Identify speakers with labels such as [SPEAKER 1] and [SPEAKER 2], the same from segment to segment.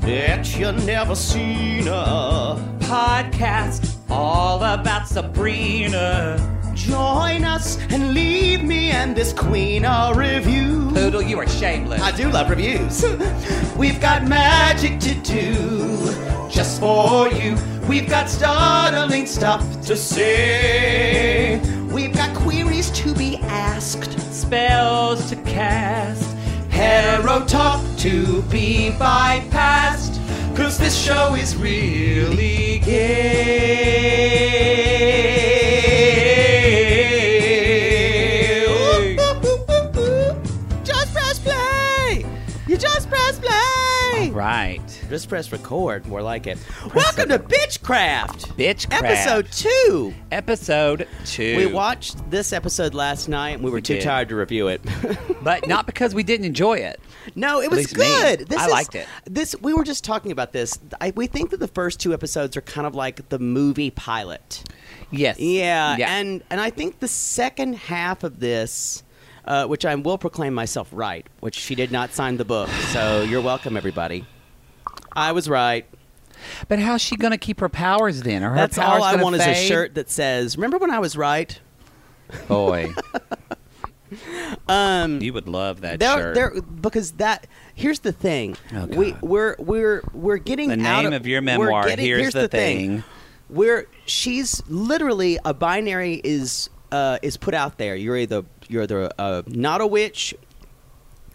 [SPEAKER 1] that you never seen her.
[SPEAKER 2] Podcast all about Sabrina.
[SPEAKER 1] Join us and leave me and this queen a review.
[SPEAKER 2] Poodle, you are shameless.
[SPEAKER 1] I do love reviews. We've got magic to do just for you. We've got startling stuff to say. We've got queries to be asked.
[SPEAKER 2] Spells to cast.
[SPEAKER 1] Hero talk to be bypassed. Cause this show is really gay.
[SPEAKER 3] Just press play. You just press play.
[SPEAKER 2] Right.
[SPEAKER 3] Just press record. More like it. Welcome to Bitchcraft.
[SPEAKER 2] Bitchcraft.
[SPEAKER 3] Episode two.
[SPEAKER 2] Episode two.
[SPEAKER 3] We watched this episode last night and we were too
[SPEAKER 2] did.
[SPEAKER 3] tired to review it.
[SPEAKER 2] but not because we didn't enjoy it.
[SPEAKER 3] no, it was
[SPEAKER 2] least me.
[SPEAKER 3] good.
[SPEAKER 2] I liked it.
[SPEAKER 3] This we were just talking about this. I, we think that the first two episodes are kind of like the movie pilot.
[SPEAKER 2] Yes.
[SPEAKER 3] Yeah,
[SPEAKER 2] Yeah.
[SPEAKER 3] and and I think the second half of this, uh, which I will proclaim myself right, which she did not sign the book, so you're welcome, everybody. I was right.
[SPEAKER 2] But how's she gonna keep her powers then? Or her
[SPEAKER 3] That's
[SPEAKER 2] powers
[SPEAKER 3] all I
[SPEAKER 2] gonna
[SPEAKER 3] want
[SPEAKER 2] fade?
[SPEAKER 3] is a shirt that says, "Remember when I was right."
[SPEAKER 2] Boy. um. You would love that
[SPEAKER 3] There,
[SPEAKER 2] shirt.
[SPEAKER 3] there, because that. Here's the thing.
[SPEAKER 2] Oh,
[SPEAKER 3] we
[SPEAKER 2] God.
[SPEAKER 3] we're we're we're getting
[SPEAKER 2] The
[SPEAKER 3] out
[SPEAKER 2] name of your memoir,
[SPEAKER 3] we're getting-
[SPEAKER 2] Here's the Thing.
[SPEAKER 3] Where she's literally a binary is uh, is put out there. You're either you're either uh, not a witch,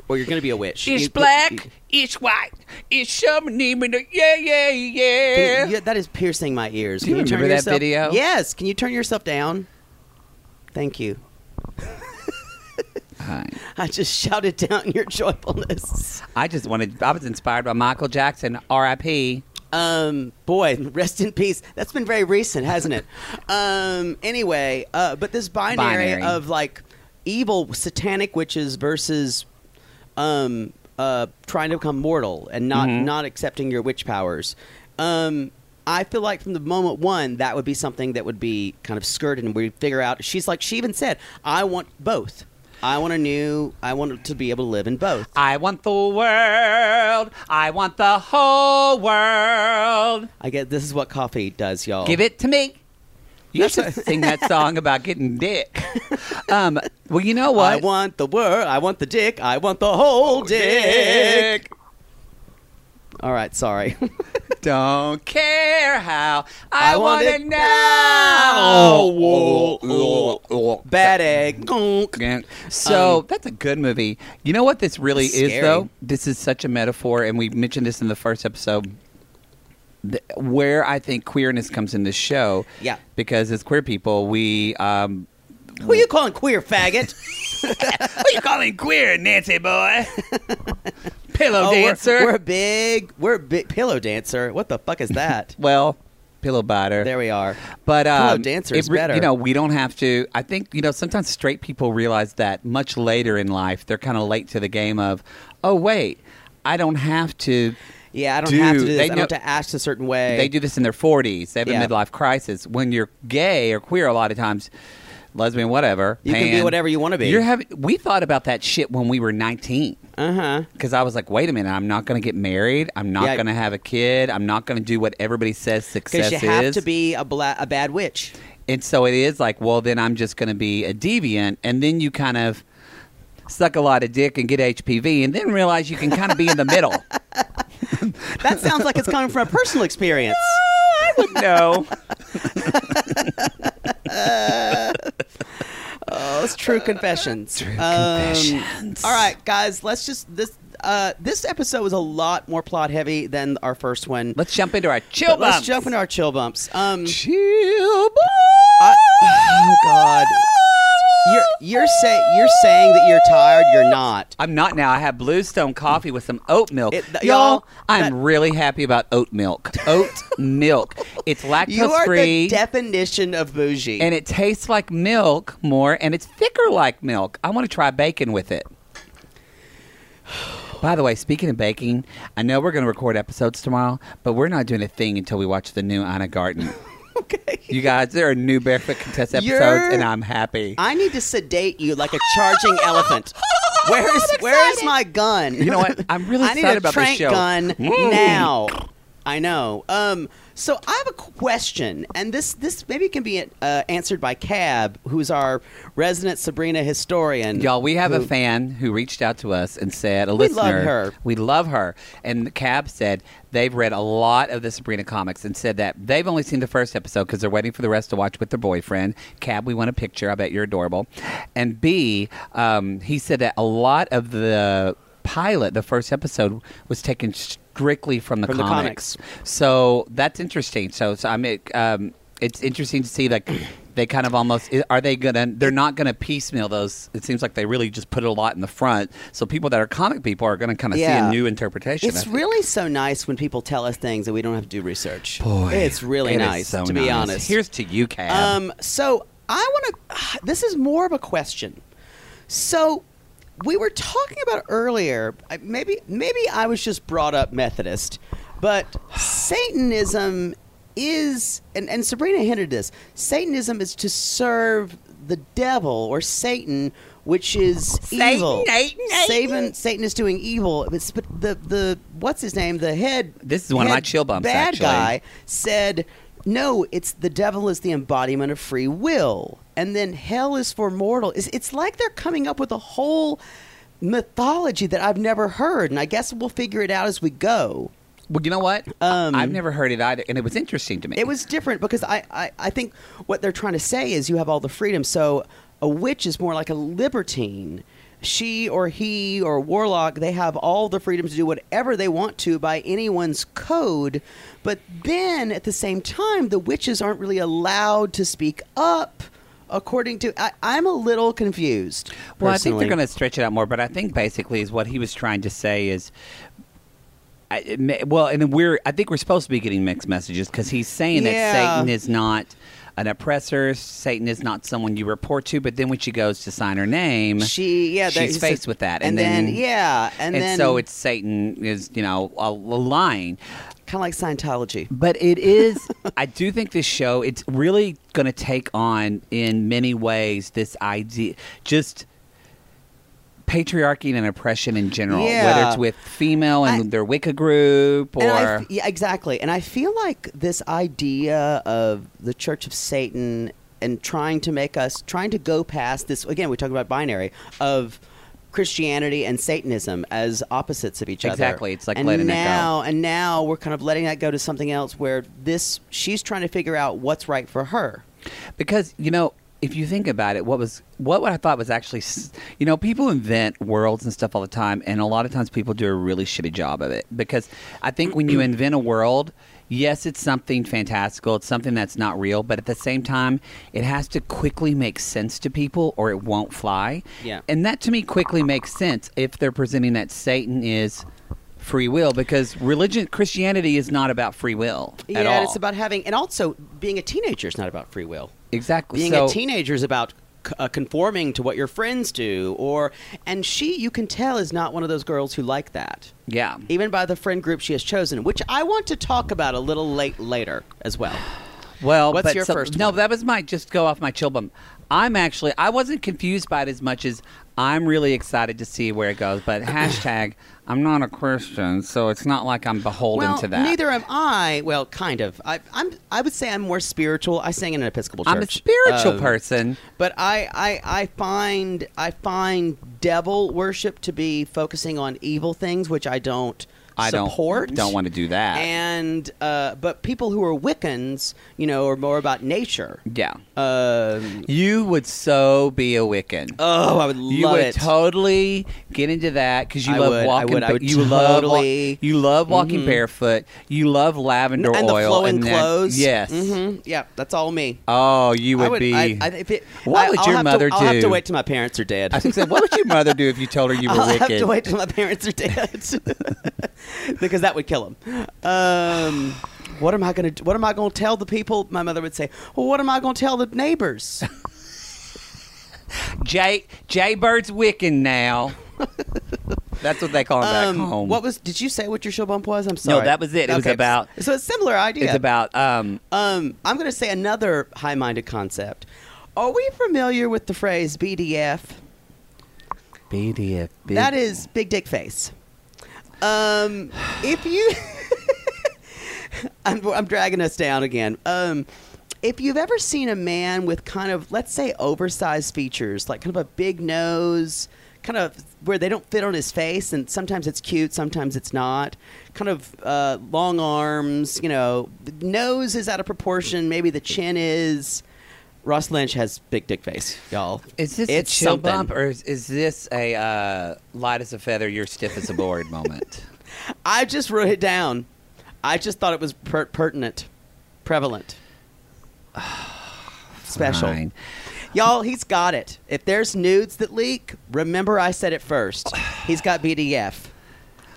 [SPEAKER 3] or you're going to be a witch.
[SPEAKER 2] It's
[SPEAKER 3] You-
[SPEAKER 2] black. It's white. It's some name. Yeah, yeah, yeah.
[SPEAKER 3] Dude, yeah, that is piercing my ears.
[SPEAKER 2] Do you
[SPEAKER 3] Can turn
[SPEAKER 2] remember that
[SPEAKER 3] yourself-
[SPEAKER 2] video?
[SPEAKER 3] Yes. Can you turn yourself down? Thank you.
[SPEAKER 2] Hi.
[SPEAKER 3] I just shouted down your joyfulness.
[SPEAKER 2] I just wanted. I was inspired by Michael Jackson, R.I.P.
[SPEAKER 3] Um, boy, rest in peace. That's been very recent, hasn't it? um, anyway, uh, but this binary,
[SPEAKER 2] Binary.
[SPEAKER 3] of like evil satanic witches versus um, uh, trying to become mortal and not
[SPEAKER 2] Mm-hmm.
[SPEAKER 3] not accepting your witch powers. Um, I feel like from the moment one, that would be something that would be kind of skirted, and we figure out. She's like, she even said, "I want both. I want a new. I want to be able to live in both."
[SPEAKER 2] I want the world. I want the whole world.
[SPEAKER 3] I get this is what coffee does, y'all.
[SPEAKER 2] Give it to me. You should sing that song about getting dick. Um, well, you know what?
[SPEAKER 3] I want the word. I want the dick. I want the whole
[SPEAKER 2] Oh,
[SPEAKER 3] dick. All right, sorry.
[SPEAKER 2] Don't care how. I,
[SPEAKER 3] I want
[SPEAKER 2] want to
[SPEAKER 3] it
[SPEAKER 2] know.
[SPEAKER 3] now. Bad egg. Gonk.
[SPEAKER 2] Gank. So
[SPEAKER 3] Um,
[SPEAKER 2] that's a good movie. You know what this really
[SPEAKER 3] It's
[SPEAKER 2] is,
[SPEAKER 3] scary.
[SPEAKER 2] though? This is such a metaphor, and we mentioned this in the first episode. th- Where I think queerness comes in this show,
[SPEAKER 3] Yeah.
[SPEAKER 2] because as queer people, we um,
[SPEAKER 3] Who you calling queer, faggot?
[SPEAKER 2] what you calling queer, Nancy boy, pillow
[SPEAKER 3] Oh, we're-
[SPEAKER 2] dancer.
[SPEAKER 3] We're, a big. We're a big pillow dancer. What the fuck is that?
[SPEAKER 2] well, pillow biter.
[SPEAKER 3] there we are.
[SPEAKER 2] But um,
[SPEAKER 3] Pillow dancer is
[SPEAKER 2] it re-
[SPEAKER 3] better.
[SPEAKER 2] You know, we don't have to. I think you know sometimes straight people realize that much later in life. They're kind of late to the game of, oh wait, I don't have to.
[SPEAKER 3] Yeah, I don't have to do
[SPEAKER 2] Dude,
[SPEAKER 3] this.
[SPEAKER 2] they
[SPEAKER 3] I don't
[SPEAKER 2] know-
[SPEAKER 3] have to act a certain way.
[SPEAKER 2] They do this in their forties. They have
[SPEAKER 3] Yeah.
[SPEAKER 2] a midlife crisis. When you're gay or queer, a lot of times, lesbian, whatever,
[SPEAKER 3] You can be
[SPEAKER 2] pan,
[SPEAKER 3] whatever you wanna be.
[SPEAKER 2] You're having. We thought about that shit when we were nineteen.
[SPEAKER 3] Uh huh.
[SPEAKER 2] Because I was like, wait a minute, I'm not going to get married. I'm not
[SPEAKER 3] Yeah.
[SPEAKER 2] going to have a kid. I'm not going to do what everybody says success
[SPEAKER 3] Because you have
[SPEAKER 2] is.
[SPEAKER 3] to be a, bla- a bad witch.
[SPEAKER 2] And so it is like, well, then I'm just going to be a deviant. And then you kind of suck a lot of dick and get HPV and then realize you can kind of be in the middle.
[SPEAKER 3] That sounds like it's coming from a personal experience.
[SPEAKER 2] no.
[SPEAKER 3] Oh, it's true confessions. True
[SPEAKER 2] confessions.
[SPEAKER 3] All right, guys, let's just this uh, this episode was a lot more plot heavy than our first one.
[SPEAKER 2] Let's jump into our chill
[SPEAKER 3] But let's
[SPEAKER 2] bumps.
[SPEAKER 3] jump into our chill bumps. Um,
[SPEAKER 2] chill bump.
[SPEAKER 3] I, oh God, you're you're saying you're saying that you're tired. You're not.
[SPEAKER 2] I'm not now. I have Bluestone coffee with some oat milk.
[SPEAKER 3] It- th-
[SPEAKER 2] y'all,
[SPEAKER 3] y'all,
[SPEAKER 2] I'm really happy about oat milk. Oat milk. It's lactose
[SPEAKER 3] You are the
[SPEAKER 2] free.
[SPEAKER 3] definition of bougie.
[SPEAKER 2] and it tastes like milk more and it's thicker like milk. I want to try bacon with it. By the way, speaking of baking, I know we're going to record episodes tomorrow, but we're not doing a thing until we watch the new Anna Garten.
[SPEAKER 3] okay.
[SPEAKER 2] you guys, there are new Barefoot Contest episodes,
[SPEAKER 3] You're-
[SPEAKER 2] and I'm happy.
[SPEAKER 3] I need to sedate you like a charging elephant. Where is where is my gun?
[SPEAKER 2] You know what? I'm really
[SPEAKER 3] I need
[SPEAKER 2] excited
[SPEAKER 3] a
[SPEAKER 2] about
[SPEAKER 3] trank
[SPEAKER 2] this show.
[SPEAKER 3] gun
[SPEAKER 2] Mm.
[SPEAKER 3] now. I know. Um, so I have a question, and this this maybe can be uh, answered by Cab, who's our resident Sabrina historian.
[SPEAKER 2] Y'all, we have a fan who reached out to us and said, a
[SPEAKER 3] We
[SPEAKER 2] listener,
[SPEAKER 3] love her.
[SPEAKER 2] we love her. And Cab said they've read a lot of the Sabrina comics and said that they've only seen the first episode because they're waiting for the rest to watch with their boyfriend. Cab, we want a picture. I bet you're adorable. And B, um, he said that a lot of the pilot, the first episode, was taken strictly from the,
[SPEAKER 3] From the
[SPEAKER 2] comics. So that's interesting. So, so I mean, um, it's interesting to see like they kind of almost are they gonna? They're not gonna piecemeal those. It seems like they really just put a lot in the front. So people that are comic people are gonna kind of see
[SPEAKER 3] Yeah.
[SPEAKER 2] a new interpretation.
[SPEAKER 3] It's
[SPEAKER 2] of it.
[SPEAKER 3] really so nice when people tell us things and we don't have to do research.
[SPEAKER 2] Boy,
[SPEAKER 3] it's really
[SPEAKER 2] it is
[SPEAKER 3] nice
[SPEAKER 2] so
[SPEAKER 3] to be
[SPEAKER 2] nice.
[SPEAKER 3] honest.
[SPEAKER 2] Here's to you, Cab.
[SPEAKER 3] Um, so I want to. This is more of a question. So we were talking about earlier. I- Maybe maybe I was just brought up Methodist, but Satanism is, and, and Sabrina hinted this. Satanism is to serve the devil or Satan. Which is
[SPEAKER 2] Satan,
[SPEAKER 3] evil.
[SPEAKER 2] Satan, Satan.
[SPEAKER 3] Satan, Satan is doing evil. It's, but the the what's his name? The head.
[SPEAKER 2] This is one of my
[SPEAKER 3] head
[SPEAKER 2] chill bumps,
[SPEAKER 3] Bad
[SPEAKER 2] actually.
[SPEAKER 3] guy said, "No, it's the devil is the embodiment of free will, and then hell is for mortal." It's, it's like they're coming up with a whole mythology that I've never heard, and I guess we'll figure it out as we go.
[SPEAKER 2] well, you know what?
[SPEAKER 3] um,
[SPEAKER 2] I've never heard it either, and it was interesting to me.
[SPEAKER 3] It was different because I, I, I think what they're trying to say is you have all the freedom. So a witch is more like a libertine. She or he or warlock, they have all the freedom to do whatever they want to by anyone's code. But then at the same time, the witches aren't really allowed to speak up. According to, I, I'm a little confused.
[SPEAKER 2] Well, I think
[SPEAKER 3] personally.
[SPEAKER 2] they're going to stretch it out more, but I think basically is what he was trying to say is. I, it may- well, and we're I think we're supposed to be getting mixed messages because he's saying
[SPEAKER 3] Yeah.
[SPEAKER 2] that Satan is not an oppressor, Satan is not someone you report to, but then when she goes to sign her name,
[SPEAKER 3] She, yeah, they-
[SPEAKER 2] she's faced with that,
[SPEAKER 3] and,
[SPEAKER 2] and,
[SPEAKER 3] then, yeah, and, then
[SPEAKER 2] so it's Satan is you know a, a lying.
[SPEAKER 3] kind of like Scientology.
[SPEAKER 2] But it is. I do think this show. It's really going to take on in many ways this idea, just patriarchy and oppression in general, whether
[SPEAKER 3] Yeah.
[SPEAKER 2] it's with female and
[SPEAKER 3] I-
[SPEAKER 2] their Wicca group or.
[SPEAKER 3] And I f- yeah, exactly. And I feel like this idea of the Church of Satan and trying to make us trying to go past this again, we talk about binary of Christianity and Satanism as opposites of each other.
[SPEAKER 2] Exactly. It's like
[SPEAKER 3] and
[SPEAKER 2] letting it go.
[SPEAKER 3] now, And now we're kind of letting that go to something else where this she's trying to figure out what's right for her.
[SPEAKER 2] because you know if you think about it what was what, what i thought was actually s- you know people invent worlds and stuff all the time and a lot of times people do a really shitty job of it because i think when you invent a world yes it's something fantastical it's something that's not real but at the same time it has to quickly make sense to people or it won't fly
[SPEAKER 3] Yeah.
[SPEAKER 2] and that to me quickly makes sense if they're presenting that satan is free will because religion christianity is not about free will
[SPEAKER 3] Yeah,
[SPEAKER 2] at all
[SPEAKER 3] it's about having and also being a teenager is not about free will.
[SPEAKER 2] exactly
[SPEAKER 3] being
[SPEAKER 2] so,
[SPEAKER 3] a teenager is about c- uh, conforming to what your friends do or and she you can tell is not one of those girls who like that
[SPEAKER 2] yeah
[SPEAKER 3] even by the friend group she has chosen which i want to talk about a little late later as well
[SPEAKER 2] Well,
[SPEAKER 3] What's
[SPEAKER 2] but
[SPEAKER 3] your
[SPEAKER 2] so-
[SPEAKER 3] first
[SPEAKER 2] No,
[SPEAKER 3] one?
[SPEAKER 2] that was my just go off my chill bump. I'm actually I wasn't confused by it as much as I'm really excited to see where it goes. But hashtag I'm not a Christian, so it's not like I'm beholden
[SPEAKER 3] well
[SPEAKER 2] to that.
[SPEAKER 3] neither am i well kind of I, i'm i would say i'm more spiritual i sang in an episcopal church
[SPEAKER 2] I'm a spiritual
[SPEAKER 3] Um,
[SPEAKER 2] person.
[SPEAKER 3] but I, I I find I find devil worship to be focusing on evil things which I don't
[SPEAKER 2] I don't
[SPEAKER 3] support
[SPEAKER 2] don't want to do that.
[SPEAKER 3] and uh, but people who are Wiccans, you know, are more about nature.
[SPEAKER 2] yeah,
[SPEAKER 3] Um,
[SPEAKER 2] you would so be a Wiccan.
[SPEAKER 3] oh, I would
[SPEAKER 2] you
[SPEAKER 3] love
[SPEAKER 2] would
[SPEAKER 3] it.
[SPEAKER 2] totally get into that because you
[SPEAKER 3] I
[SPEAKER 2] love
[SPEAKER 3] would, I
[SPEAKER 2] walking.
[SPEAKER 3] would, I
[SPEAKER 2] ba-
[SPEAKER 3] would
[SPEAKER 2] you love wa-
[SPEAKER 3] totally- Mm-hmm.
[SPEAKER 2] you love walking barefoot. You love lavender
[SPEAKER 3] and the
[SPEAKER 2] oil
[SPEAKER 3] flowing
[SPEAKER 2] and that-
[SPEAKER 3] clothes.
[SPEAKER 2] yes.
[SPEAKER 3] hmm Yeah, that's all me.
[SPEAKER 2] Oh, you would,
[SPEAKER 3] I would
[SPEAKER 2] be.
[SPEAKER 3] I, I, if it,
[SPEAKER 2] What
[SPEAKER 3] I,
[SPEAKER 2] would
[SPEAKER 3] I'll
[SPEAKER 2] your
[SPEAKER 3] have to-
[SPEAKER 2] mother
[SPEAKER 3] I'll have
[SPEAKER 2] do?
[SPEAKER 3] to wait till my parents are dead.
[SPEAKER 2] I was gonna say, what would your mother do if you told her you were
[SPEAKER 3] I'll
[SPEAKER 2] wicked?
[SPEAKER 3] have to wait till my parents are dead because that would kill them. Um, what am I gonna? What am I gonna tell the people? My mother would say, "Well, what am I gonna tell the neighbors?"
[SPEAKER 2] Jay Jay Bird's Wiccan now. That's what they call him back home.
[SPEAKER 3] Um, What was? Did you say what your show bump was? I'm sorry.
[SPEAKER 2] that was it. It was about-
[SPEAKER 3] So it's a similar idea.
[SPEAKER 2] it's about? Um,
[SPEAKER 3] Um, I'm going to say another high-minded concept. Are we familiar with the phrase BDF?
[SPEAKER 2] BDF. Big,
[SPEAKER 3] That is big dick face. Um, if you, I'm, I'm dragging us down again. Um, if you've ever seen a man with kind of, let's say, oversized features, like kind of a big nose, kind of where they don't fit on his face, and sometimes it's cute, sometimes it's not, kind of uh, long arms, you know, nose is out of proportion, maybe the chin is. Ross Lynch has big dick face, y'all.
[SPEAKER 2] Is this
[SPEAKER 3] it's
[SPEAKER 2] a chill
[SPEAKER 3] something.
[SPEAKER 2] bump or is, is this a uh, light as a feather, you're stiff as a board moment?
[SPEAKER 3] I just wrote it down. I just thought it was per- pertinent, prevalent, special.
[SPEAKER 2] Fine.
[SPEAKER 3] Y'all, he's got it. If there's nudes that leak, remember I said it first. He's got BDF.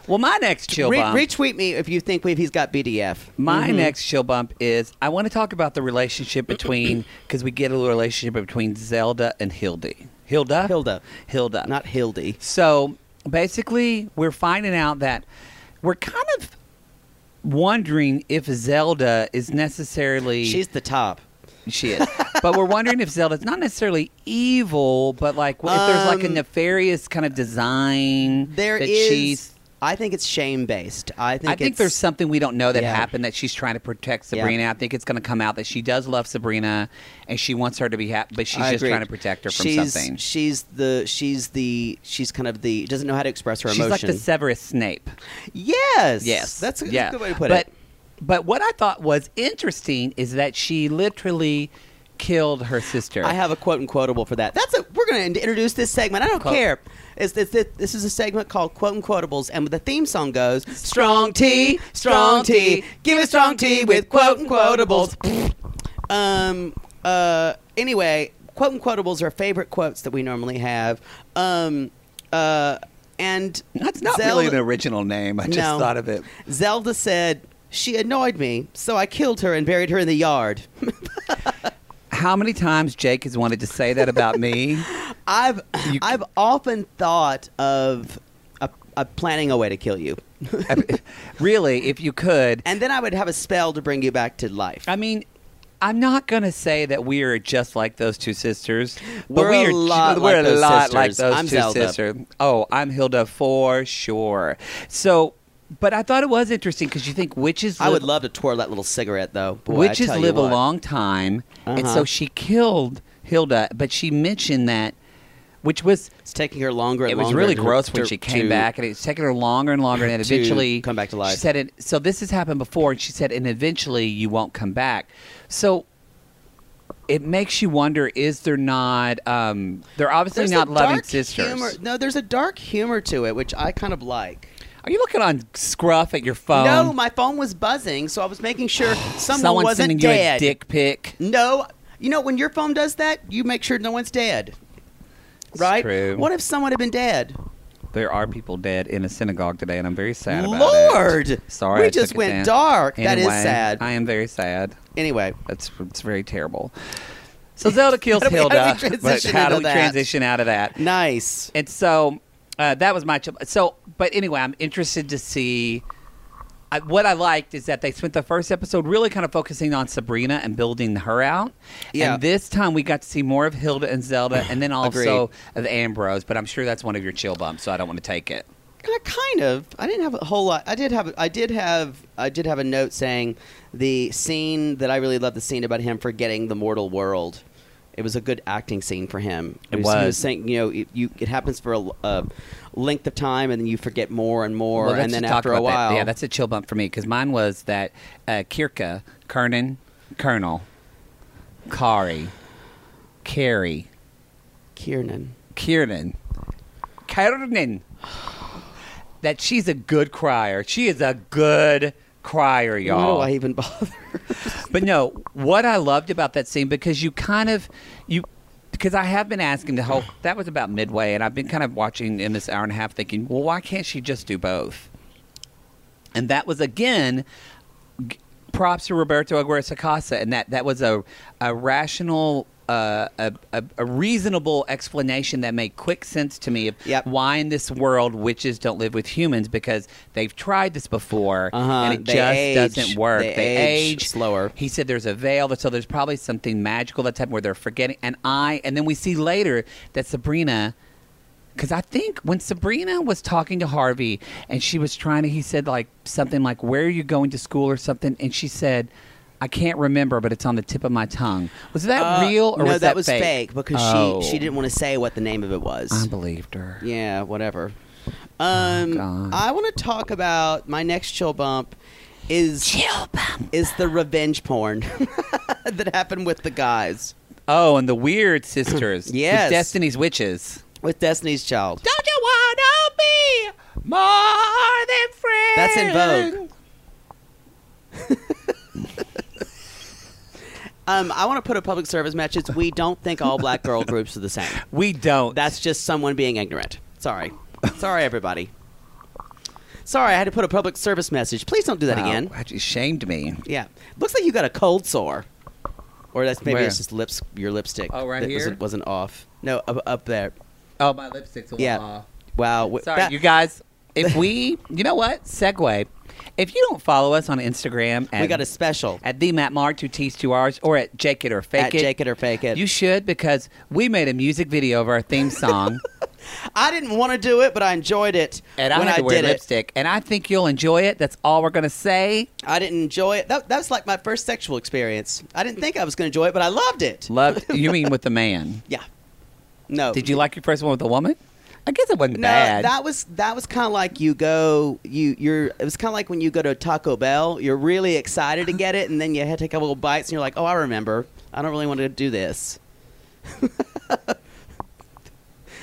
[SPEAKER 2] Well, my next chill
[SPEAKER 3] Re- mm-hmm.
[SPEAKER 2] bump.
[SPEAKER 3] retweet me if you think we've, he's got BDF.
[SPEAKER 2] My next chill bump is I want to talk about the relationship between because we get a little relationship between Zelda and Hildy. Hilda.
[SPEAKER 3] Hilda.
[SPEAKER 2] Hilda.
[SPEAKER 3] Not Hildy.
[SPEAKER 2] So basically, we're finding out that we're kind of wondering if Zelda is necessarily
[SPEAKER 3] She's the top.
[SPEAKER 2] she is, but we're wondering if Zelda's not necessarily evil, but like if there's like a
[SPEAKER 3] Um,
[SPEAKER 2] nefarious kind of design
[SPEAKER 3] There
[SPEAKER 2] that
[SPEAKER 3] is.
[SPEAKER 2] she's.
[SPEAKER 3] I think it's shame based. I think.
[SPEAKER 2] I think
[SPEAKER 3] it's-
[SPEAKER 2] there's something we don't know that
[SPEAKER 3] Yeah.
[SPEAKER 2] happened that she's trying to protect
[SPEAKER 3] Yeah.
[SPEAKER 2] Sabrina. I think it's going to come out that she does love Sabrina and she wants her to be happy, but she's
[SPEAKER 3] I
[SPEAKER 2] just
[SPEAKER 3] agree.
[SPEAKER 2] trying to protect her from
[SPEAKER 3] she's,
[SPEAKER 2] something.
[SPEAKER 3] She's the. She's the. She's kind of the. Doesn't know how to express her
[SPEAKER 2] She's like
[SPEAKER 3] emotion.
[SPEAKER 2] the Severus Snape.
[SPEAKER 3] Yes.
[SPEAKER 2] Yes,
[SPEAKER 3] That's a, that's a
[SPEAKER 2] yeah.
[SPEAKER 3] good way to put
[SPEAKER 2] but,
[SPEAKER 3] it.
[SPEAKER 2] But what I thought was interesting is that she literally killed her sister.
[SPEAKER 3] I have a quote and quotable for that. That's a, we're going to introduce this segment. I don't
[SPEAKER 2] Quote.
[SPEAKER 3] care. It's, it's, it, this is a segment called Quote and Quotables, and the theme song goes Strong tea, strong tea, give me strong tea with quote and quotables. Um, uh, anyway, quote and quotables are favorite quotes that we normally have. Um, uh, and
[SPEAKER 2] That's not
[SPEAKER 3] Zelda-
[SPEAKER 2] really an original name. I just
[SPEAKER 3] No.
[SPEAKER 2] thought of it.
[SPEAKER 3] Zelda said, She annoyed me, so I killed her and buried her in the yard.
[SPEAKER 2] How many times Jake has wanted to say that about me?
[SPEAKER 3] I've
[SPEAKER 2] You-
[SPEAKER 3] I've often thought of a, a planning a way to kill you,
[SPEAKER 2] really, if you could.
[SPEAKER 3] and then I would have a spell to bring you back to life.
[SPEAKER 2] I mean, I'm not going to say that we are just like those two sisters, but
[SPEAKER 3] We're
[SPEAKER 2] we
[SPEAKER 3] a
[SPEAKER 2] are
[SPEAKER 3] lot like
[SPEAKER 2] we're a
[SPEAKER 3] those
[SPEAKER 2] lot
[SPEAKER 3] sisters.
[SPEAKER 2] like those
[SPEAKER 3] I'm
[SPEAKER 2] two
[SPEAKER 3] Zelda.
[SPEAKER 2] sisters. Oh, I'm Hilda for sure. So, but I thought it was interesting because you think witches.
[SPEAKER 3] I
[SPEAKER 2] live-
[SPEAKER 3] would love to twirl that little cigarette though. Boy, I
[SPEAKER 2] witches
[SPEAKER 3] tell you
[SPEAKER 2] live a
[SPEAKER 3] what.
[SPEAKER 2] long time, and so
[SPEAKER 3] Uh-huh.
[SPEAKER 2] she killed Hilda, but she mentioned that, which was
[SPEAKER 3] It's taking her longer. And
[SPEAKER 2] it was
[SPEAKER 3] longer
[SPEAKER 2] really
[SPEAKER 3] to-
[SPEAKER 2] gross when
[SPEAKER 3] to-
[SPEAKER 2] she came
[SPEAKER 3] to-
[SPEAKER 2] back, and it's taking her longer and longer, and then
[SPEAKER 3] to
[SPEAKER 2] eventually
[SPEAKER 3] come back to life.
[SPEAKER 2] She said it. So this has happened before, and she said, and eventually you won't come back. So it makes you wonder: Is there not? Um, they're obviously
[SPEAKER 3] There's a
[SPEAKER 2] not loving
[SPEAKER 3] dark
[SPEAKER 2] sisters.
[SPEAKER 3] humor- No, there's a dark humor to it, which I kind of like.
[SPEAKER 2] Are you looking on Scruff at your phone?
[SPEAKER 3] no, my phone was buzzing, so I was making sure someone
[SPEAKER 2] someone's
[SPEAKER 3] wasn't
[SPEAKER 2] sending
[SPEAKER 3] dead.
[SPEAKER 2] you a dick pic.
[SPEAKER 3] No, you know when your phone does that, you make sure no one's dead. Right?
[SPEAKER 2] true.
[SPEAKER 3] What if someone had been dead?
[SPEAKER 2] There are people dead in a synagogue today, and I'm very sad about it.
[SPEAKER 3] Lord!
[SPEAKER 2] Sorry,
[SPEAKER 3] We
[SPEAKER 2] I took
[SPEAKER 3] just
[SPEAKER 2] it
[SPEAKER 3] went
[SPEAKER 2] down.
[SPEAKER 3] dark. That is
[SPEAKER 2] Anyway,
[SPEAKER 3] sad.
[SPEAKER 2] I am very sad.
[SPEAKER 3] Anyway,
[SPEAKER 2] That's it's very terrible. So Zelda kills
[SPEAKER 3] How do we- how do we
[SPEAKER 2] Hilda. but
[SPEAKER 3] transition
[SPEAKER 2] how do
[SPEAKER 3] into
[SPEAKER 2] we
[SPEAKER 3] that?
[SPEAKER 2] transition out of that?
[SPEAKER 3] nice.
[SPEAKER 2] And so uh, that was my chip. So, but anyway, I'm interested to see. I, what I liked is that they spent the first episode really kind of focusing on Sabrina and building her out.
[SPEAKER 3] Yeah.
[SPEAKER 2] And this time we got to see more of Hilda and Zelda and then also
[SPEAKER 3] Agreed.
[SPEAKER 2] of Ambrose, but I'm sure that's one of your chill bumps, so I don't want to take it.
[SPEAKER 3] Ki- Kind of. I didn't have a whole lot. I did have. I did have. I did have a note saying the scene that I really loved. The scene about him forgetting the mortal world. It was a good acting scene for him.
[SPEAKER 2] It
[SPEAKER 3] He he
[SPEAKER 2] was.
[SPEAKER 3] saying, you know, it, you, it happens for a l- uh, length of time, and then you forget more and more,
[SPEAKER 2] Well, let's
[SPEAKER 3] and then
[SPEAKER 2] just talk
[SPEAKER 3] after a
[SPEAKER 2] about that.
[SPEAKER 3] while,
[SPEAKER 2] Yeah, that's a chill bump for me because mine was that uh, Kirka, Kernan, Colonel, Kari, Carrie,
[SPEAKER 3] Kiernan.
[SPEAKER 2] Kiernan, Kiernan. That she's a good crier. She is a good crier,
[SPEAKER 3] Why
[SPEAKER 2] y'all.
[SPEAKER 3] do I even bother?
[SPEAKER 2] But no, what I loved about that scene because you kind of you because I have been asking the whole that was about midway, and I've been kind of watching in this hour and a half, thinking, well, why can't she just do both? And that was again. g- Props to Roberto Aguirre Sacasa, and that that was a a rational, uh, a, a, a reasonable explanation that made quick sense to me of
[SPEAKER 3] Yep.
[SPEAKER 2] why in this world witches don't live with humans because they've tried this before
[SPEAKER 3] Uh-huh.
[SPEAKER 2] and it
[SPEAKER 3] They
[SPEAKER 2] just
[SPEAKER 3] age.
[SPEAKER 2] doesn't work.
[SPEAKER 3] They age slower.
[SPEAKER 2] He said there's a veil, so there's probably something magical that's happened where they're forgetting. And I, and then we see later that Sabrina because I think when Sabrina was talking to Harvey and she was trying to, he said like something like, "Where are you going to school?" or something, and she said. I can't remember, but it's on the tip of my tongue. Was that
[SPEAKER 3] Uh,
[SPEAKER 2] real or
[SPEAKER 3] no,
[SPEAKER 2] was that,
[SPEAKER 3] was fake, because
[SPEAKER 2] Oh.
[SPEAKER 3] she she didn't want to say what the name of it was.
[SPEAKER 2] I believed her.
[SPEAKER 3] Yeah, whatever. Um,
[SPEAKER 2] Oh, God.
[SPEAKER 3] I want to talk about my next chill bump is chill bump is the revenge porn that happened with the guys
[SPEAKER 2] Oh, and the weird sisters.
[SPEAKER 3] Yes.
[SPEAKER 2] The Destiny's Witches.
[SPEAKER 3] with Destiny's Child.
[SPEAKER 2] Don't you wanna be more than friends?
[SPEAKER 3] That's in Vogue. Um, I want to put a public service message. We don't think all black girl groups are the same.
[SPEAKER 2] We don't.
[SPEAKER 3] That's just someone being ignorant. Sorry, sorry everybody. Sorry, I had to put a public service message. Please don't do that
[SPEAKER 2] Wow,
[SPEAKER 3] again.
[SPEAKER 2] that You shamed me.
[SPEAKER 3] Yeah, looks like you got a cold sore, or that's maybe
[SPEAKER 2] Where?
[SPEAKER 3] it's just lips. Your lipstick.
[SPEAKER 2] Oh, right
[SPEAKER 3] that
[SPEAKER 2] here?
[SPEAKER 3] Wasn't, wasn't off. No, up, up there.
[SPEAKER 2] Oh, my lipstick's a
[SPEAKER 3] Yeah. Wow. w-
[SPEAKER 2] Sorry,
[SPEAKER 3] that-
[SPEAKER 2] you guys. If we, you know what? Segue. If you don't follow us on Instagram, at,
[SPEAKER 3] we got a special
[SPEAKER 2] at the Matt Marr, two T's, two R's, or at Jake It or Fake
[SPEAKER 3] at
[SPEAKER 2] It.
[SPEAKER 3] Jake It or Fake It.
[SPEAKER 2] You should because we made a music video of our theme song,
[SPEAKER 3] I didn't want to do it, but I enjoyed it
[SPEAKER 2] and I
[SPEAKER 3] when
[SPEAKER 2] had
[SPEAKER 3] I
[SPEAKER 2] to wear
[SPEAKER 3] did it.
[SPEAKER 2] lipstick, and I think you'll enjoy it. That's all we're gonna say.
[SPEAKER 3] I didn't enjoy it. That, that was like my first sexual experience. I didn't think I was going to enjoy it, but I loved it.
[SPEAKER 2] Loved. you mean with the man?
[SPEAKER 3] yeah. No.
[SPEAKER 2] Did you like your first one with a woman? I guess it wasn't
[SPEAKER 3] No,
[SPEAKER 2] bad.
[SPEAKER 3] that was that was kind of like you go you you're it was kind of like when you go to Taco Bell, you're really excited to get it, and then you had to take a couple of bites, and you're like, oh, I remember, I don't really want to do this,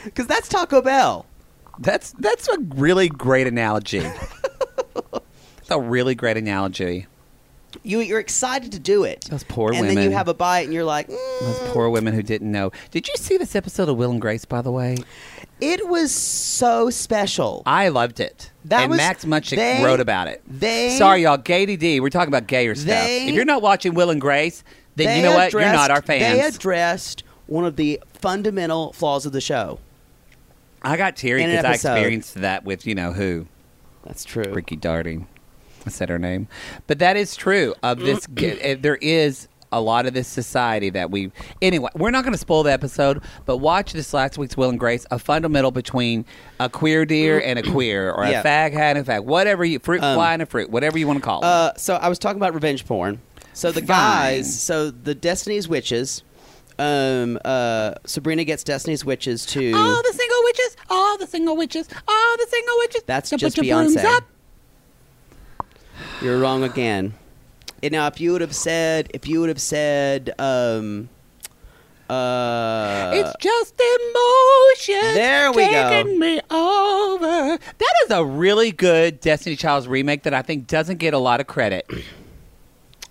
[SPEAKER 3] because that's Taco Bell.
[SPEAKER 2] That's that's a really great analogy. That's a really great analogy.
[SPEAKER 3] You you're excited to do it.
[SPEAKER 2] Those poor
[SPEAKER 3] and then
[SPEAKER 2] women.
[SPEAKER 3] you have a bite, and you're like, mm,
[SPEAKER 2] Those poor women who didn't know. Did you see this episode of Will and Grace? By the way,
[SPEAKER 3] it was so special.
[SPEAKER 2] I loved it.
[SPEAKER 3] That
[SPEAKER 2] and
[SPEAKER 3] was-
[SPEAKER 2] Max Munchik
[SPEAKER 3] they-
[SPEAKER 2] wrote about it.
[SPEAKER 3] they-
[SPEAKER 2] sorry y'all, gay D. We're talking about gayer stuff.
[SPEAKER 3] They-
[SPEAKER 2] If you're not watching Will and Grace, then
[SPEAKER 3] They
[SPEAKER 2] you know what? You're
[SPEAKER 3] addressed-
[SPEAKER 2] not our
[SPEAKER 3] They
[SPEAKER 2] fans.
[SPEAKER 3] addressed one of the fundamental flaws of the show.
[SPEAKER 2] I got teary
[SPEAKER 3] in an
[SPEAKER 2] because I
[SPEAKER 3] episode.
[SPEAKER 2] experienced that with you know who.
[SPEAKER 3] That's true.
[SPEAKER 2] Ricky Darty. I said her name, but that is true. Of this, eh, there is a lot of this society that we. Anyway, we're not going to spoil the episode, but watch this last week's Will and Grace. A fundamental between a queer deer and a queer, or
[SPEAKER 3] Yeah.
[SPEAKER 2] a fag hat and a fag, whatever you fruit
[SPEAKER 3] Um,
[SPEAKER 2] fly and a fruit, whatever you want to call it.
[SPEAKER 3] Uh, so I was talking about revenge porn. So the
[SPEAKER 2] Fine.
[SPEAKER 3] guys, so the Destiny's Witches, um, uh, Sabrina gets Destiny's Witches to.
[SPEAKER 2] all the single witches, all the single witches, all the single witches.
[SPEAKER 3] That's
[SPEAKER 2] So
[SPEAKER 3] just
[SPEAKER 2] put your brooms
[SPEAKER 3] Beyonce.
[SPEAKER 2] up.
[SPEAKER 3] You're wrong again. And now, if you would have said, if you would have said, um, uh,
[SPEAKER 2] it's just emotion.
[SPEAKER 3] There we go.
[SPEAKER 2] Taking me over. That is a really good Destiny Child's remake that I think doesn't get a lot of credit.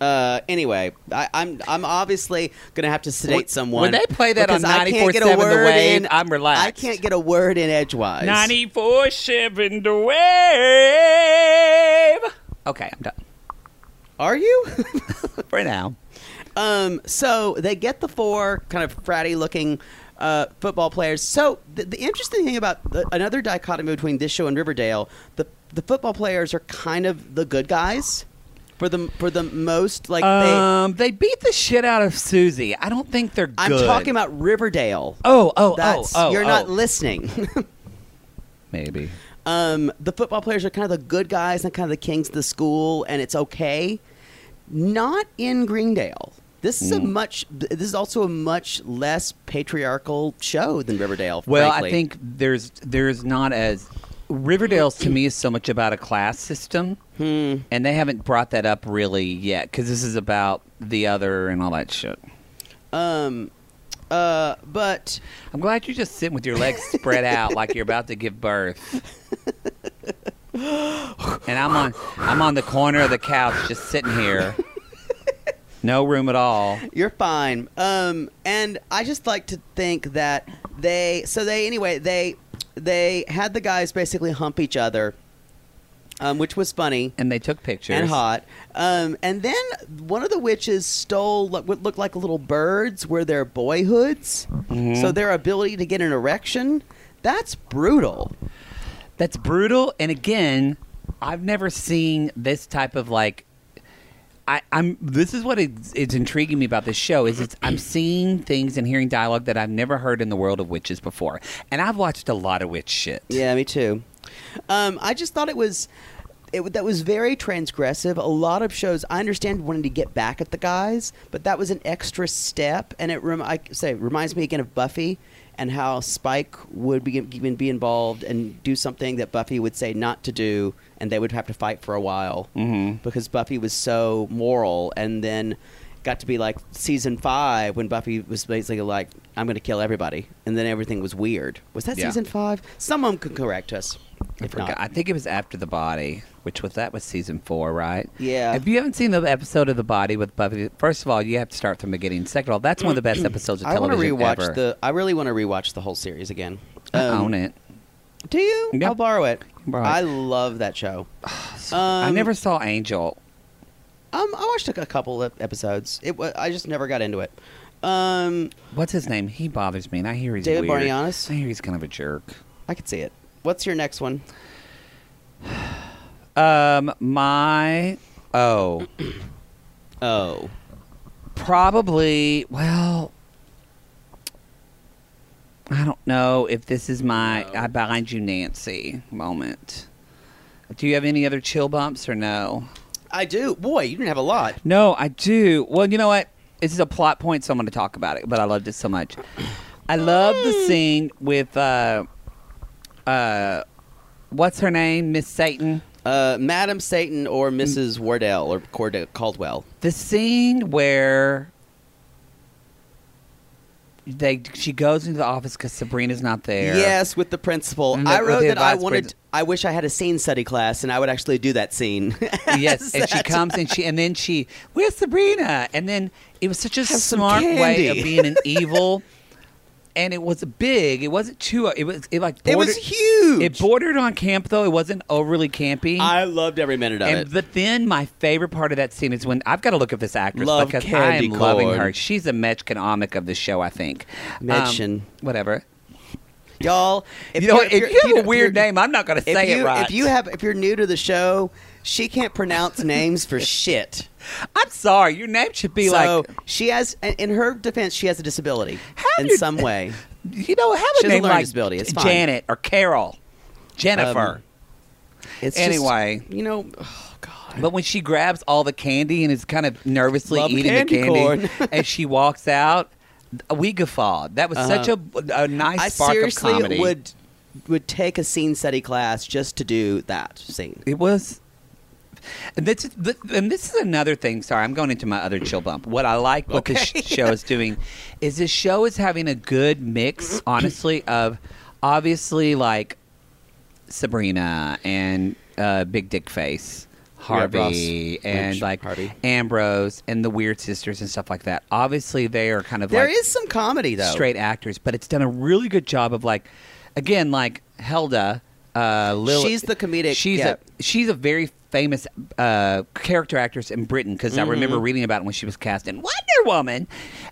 [SPEAKER 3] Uh, anyway, I, I'm I'm obviously gonna have to sedate
[SPEAKER 2] When-
[SPEAKER 3] someone.
[SPEAKER 2] when they play that on
[SPEAKER 3] because I can't get a
[SPEAKER 2] 94.7 The
[SPEAKER 3] word
[SPEAKER 2] Wave,
[SPEAKER 3] in-
[SPEAKER 2] I'm relaxed.
[SPEAKER 3] I can't get a word in edgewise.
[SPEAKER 2] four seven the wave. Okay, I'm done
[SPEAKER 3] Are you?
[SPEAKER 2] for now.
[SPEAKER 3] um, so they get the four kind of fratty looking uh, football players. So the, the interesting thing about the, another dichotomy between this show and Riverdale, the the football players are kind of the good guys for the for the most like they.
[SPEAKER 2] Um, they beat the shit out of Susie. I don't think they're good.
[SPEAKER 3] I'm talking about Riverdale.
[SPEAKER 2] Oh, oh, oh,
[SPEAKER 3] That's,
[SPEAKER 2] oh.
[SPEAKER 3] you're not
[SPEAKER 2] oh.
[SPEAKER 3] listening.
[SPEAKER 2] maybe.
[SPEAKER 3] um, the football players are kind of the good guys and kind of the kings of the school, and it's okay. Not in Greendale. This
[SPEAKER 2] Mm.
[SPEAKER 3] is a much. This is also a much less patriarchal show than Riverdale.
[SPEAKER 2] Well,
[SPEAKER 3] frankly.
[SPEAKER 2] I think there's there's not as Riverdale's to me is so much about a class system,
[SPEAKER 3] Hmm.
[SPEAKER 2] and they haven't brought that up really yet because this is about the other and all that shit.
[SPEAKER 3] Um, uh, but
[SPEAKER 2] I'm glad you're just sitting with your legs spread out like you're about to give birth. And I'm on I'm on the corner of the couch just sitting here. No room at all.
[SPEAKER 3] you're fine. Um, and I just like to think that they. So they anyway they they had the guys basically hump each other, um, which was funny.
[SPEAKER 2] And they took pictures.
[SPEAKER 3] and hot. Um, and then one of the witches stole like, what looked like little birds were their boyhoods. So their ability to get an erection, that's brutal.
[SPEAKER 2] That's brutal. And again, I've never seen this type of like I, I'm. This is what it's, it's intriguing me about this show is it's, I'm seeing things and hearing dialogue that I've never heard in the world of witches before, and I've watched a lot of witch shit.
[SPEAKER 3] Yeah, me too. Um, I just thought it was it w- that was very transgressive. A lot of shows, I understand wanting to get back at the guys, but that was an extra step, and it rem- I say it reminds me again of Buffy and how Spike would be, even be involved and do something that Buffy would say not to do, and they would have to fight for a while mm-hmm. because Buffy was so moral, and then. Got to be like season five when Buffy was basically like, "I'm going to kill everybody," and then everything was weird. Was that
[SPEAKER 2] Yeah.
[SPEAKER 3] season five? Someone can correct us.
[SPEAKER 2] I
[SPEAKER 3] if not.
[SPEAKER 2] forgot. I think it was after the body, which was that was season four, right?
[SPEAKER 3] Yeah.
[SPEAKER 2] If you haven't seen the episode of the body with Buffy, first of all, you have to start from the beginning. Second of all, that's one of the best episodes of
[SPEAKER 3] I want to
[SPEAKER 2] television
[SPEAKER 3] rewatch
[SPEAKER 2] ever.
[SPEAKER 3] the. I really want to rewatch the whole series again.
[SPEAKER 2] I
[SPEAKER 3] Um,
[SPEAKER 2] own it.
[SPEAKER 3] Do you?
[SPEAKER 2] Yep.
[SPEAKER 3] I'll borrow it.
[SPEAKER 2] Borrow it.
[SPEAKER 3] I love that show.
[SPEAKER 2] I
[SPEAKER 3] um,
[SPEAKER 2] never saw Angel.
[SPEAKER 3] Um, I watched a, a couple of episodes. It. wa- I just never got into it. Um,
[SPEAKER 2] What's his name? He bothers me, and I hear he's
[SPEAKER 3] David
[SPEAKER 2] weird.
[SPEAKER 3] Boreanaz?
[SPEAKER 2] I hear he's kind of a jerk.
[SPEAKER 3] I could see it. What's your next one?
[SPEAKER 2] Um, my oh,
[SPEAKER 3] Oh,
[SPEAKER 2] probably. Well, I don't know if this is my "I behind you, Nancy" moment. Do you have any other chill bumps or no?
[SPEAKER 3] I do. Boy, you didn't have a lot.
[SPEAKER 2] No, I do. Well, you know what? This is a plot point, so I'm going to talk about it. But I loved it so much. I love the scene with uh, uh, what's her name, Miss Satan.
[SPEAKER 3] Uh, Madam Satan or Mrs. Wardell or Cord- Caldwell.
[SPEAKER 2] The scene where they she goes into the office because Sabrina's not there.
[SPEAKER 3] Yes, with the principal.
[SPEAKER 2] And the-
[SPEAKER 3] I
[SPEAKER 2] with
[SPEAKER 3] wrote
[SPEAKER 2] the
[SPEAKER 3] that I
[SPEAKER 2] vice
[SPEAKER 3] wanted.
[SPEAKER 2] pres-
[SPEAKER 3] I wish I had a scene study class and I would actually do that scene.
[SPEAKER 2] yes. And she comes and she and then she where's Sabrina? And then it was such a
[SPEAKER 3] Have some
[SPEAKER 2] smart way of
[SPEAKER 3] candy.
[SPEAKER 2] being an evil. And it was big. It wasn't too. It was. It like.
[SPEAKER 3] It
[SPEAKER 2] Bordered,
[SPEAKER 3] was huge.
[SPEAKER 2] It bordered on camp though. It wasn't overly campy.
[SPEAKER 3] I loved every minute of it.
[SPEAKER 2] and but then my favorite part of that scene is when I've got to look at this actress
[SPEAKER 3] Love
[SPEAKER 2] because I
[SPEAKER 3] candy
[SPEAKER 2] am loving
[SPEAKER 3] corn.
[SPEAKER 2] her. She's a Mechconomic of the show, I think. Um,
[SPEAKER 3] Metchan.
[SPEAKER 2] whatever.
[SPEAKER 3] y'all. If
[SPEAKER 2] you know,
[SPEAKER 3] you're-
[SPEAKER 2] if,
[SPEAKER 3] you're-
[SPEAKER 2] you have
[SPEAKER 3] you're-
[SPEAKER 2] a weird
[SPEAKER 3] you're-
[SPEAKER 2] name, I'm not going to
[SPEAKER 3] if
[SPEAKER 2] say
[SPEAKER 3] you,
[SPEAKER 2] it right.
[SPEAKER 3] If you have, if you're new to the show, she can't pronounce names for shit.
[SPEAKER 2] I'm sorry, your name should be
[SPEAKER 3] so
[SPEAKER 2] like.
[SPEAKER 3] she has, in- in her defense, she has a disability
[SPEAKER 2] How
[SPEAKER 3] in
[SPEAKER 2] did-
[SPEAKER 3] some way.
[SPEAKER 2] You know, have
[SPEAKER 3] She has
[SPEAKER 2] a
[SPEAKER 3] a
[SPEAKER 2] name
[SPEAKER 3] learning
[SPEAKER 2] like
[SPEAKER 3] disability, it's fine.
[SPEAKER 2] Janet or Carol, Jennifer.
[SPEAKER 3] It's just,
[SPEAKER 2] Anyway.
[SPEAKER 3] you know, oh god,
[SPEAKER 2] but when she grabs all the candy and is kind of nervously
[SPEAKER 3] Love
[SPEAKER 2] eating
[SPEAKER 3] candy
[SPEAKER 2] the candy,
[SPEAKER 3] corn.
[SPEAKER 2] and she walks out, we guffawed. That was such a, a nice
[SPEAKER 3] I
[SPEAKER 2] spark
[SPEAKER 3] seriously
[SPEAKER 2] of comedy.
[SPEAKER 3] would would take a scene study class just to do that scene.
[SPEAKER 2] It was. And this, is- th- and this is another thing. Sorry, I'm going into my other chill bump. What I like what this sh- show is doing is this show is having a good mix, honestly, of obviously like Sabrina and uh, Big Dick Face, Harvey,
[SPEAKER 3] Ross.
[SPEAKER 2] and
[SPEAKER 3] Lynch,
[SPEAKER 2] like
[SPEAKER 3] Harvey.
[SPEAKER 2] Ambrose and the Weird Sisters and stuff like that. Obviously, they are kind of
[SPEAKER 3] There is
[SPEAKER 2] like
[SPEAKER 3] some comedy though.
[SPEAKER 2] straight actors, but it's done a really good job of like, again, like Helda, uh, Lily.
[SPEAKER 3] She's the comedic-
[SPEAKER 2] She's
[SPEAKER 3] yeah.
[SPEAKER 2] a she's a very famous uh, character actress in Britain because I remember
[SPEAKER 3] Mm-hmm.
[SPEAKER 2] reading about it when she was cast in Wonder Woman,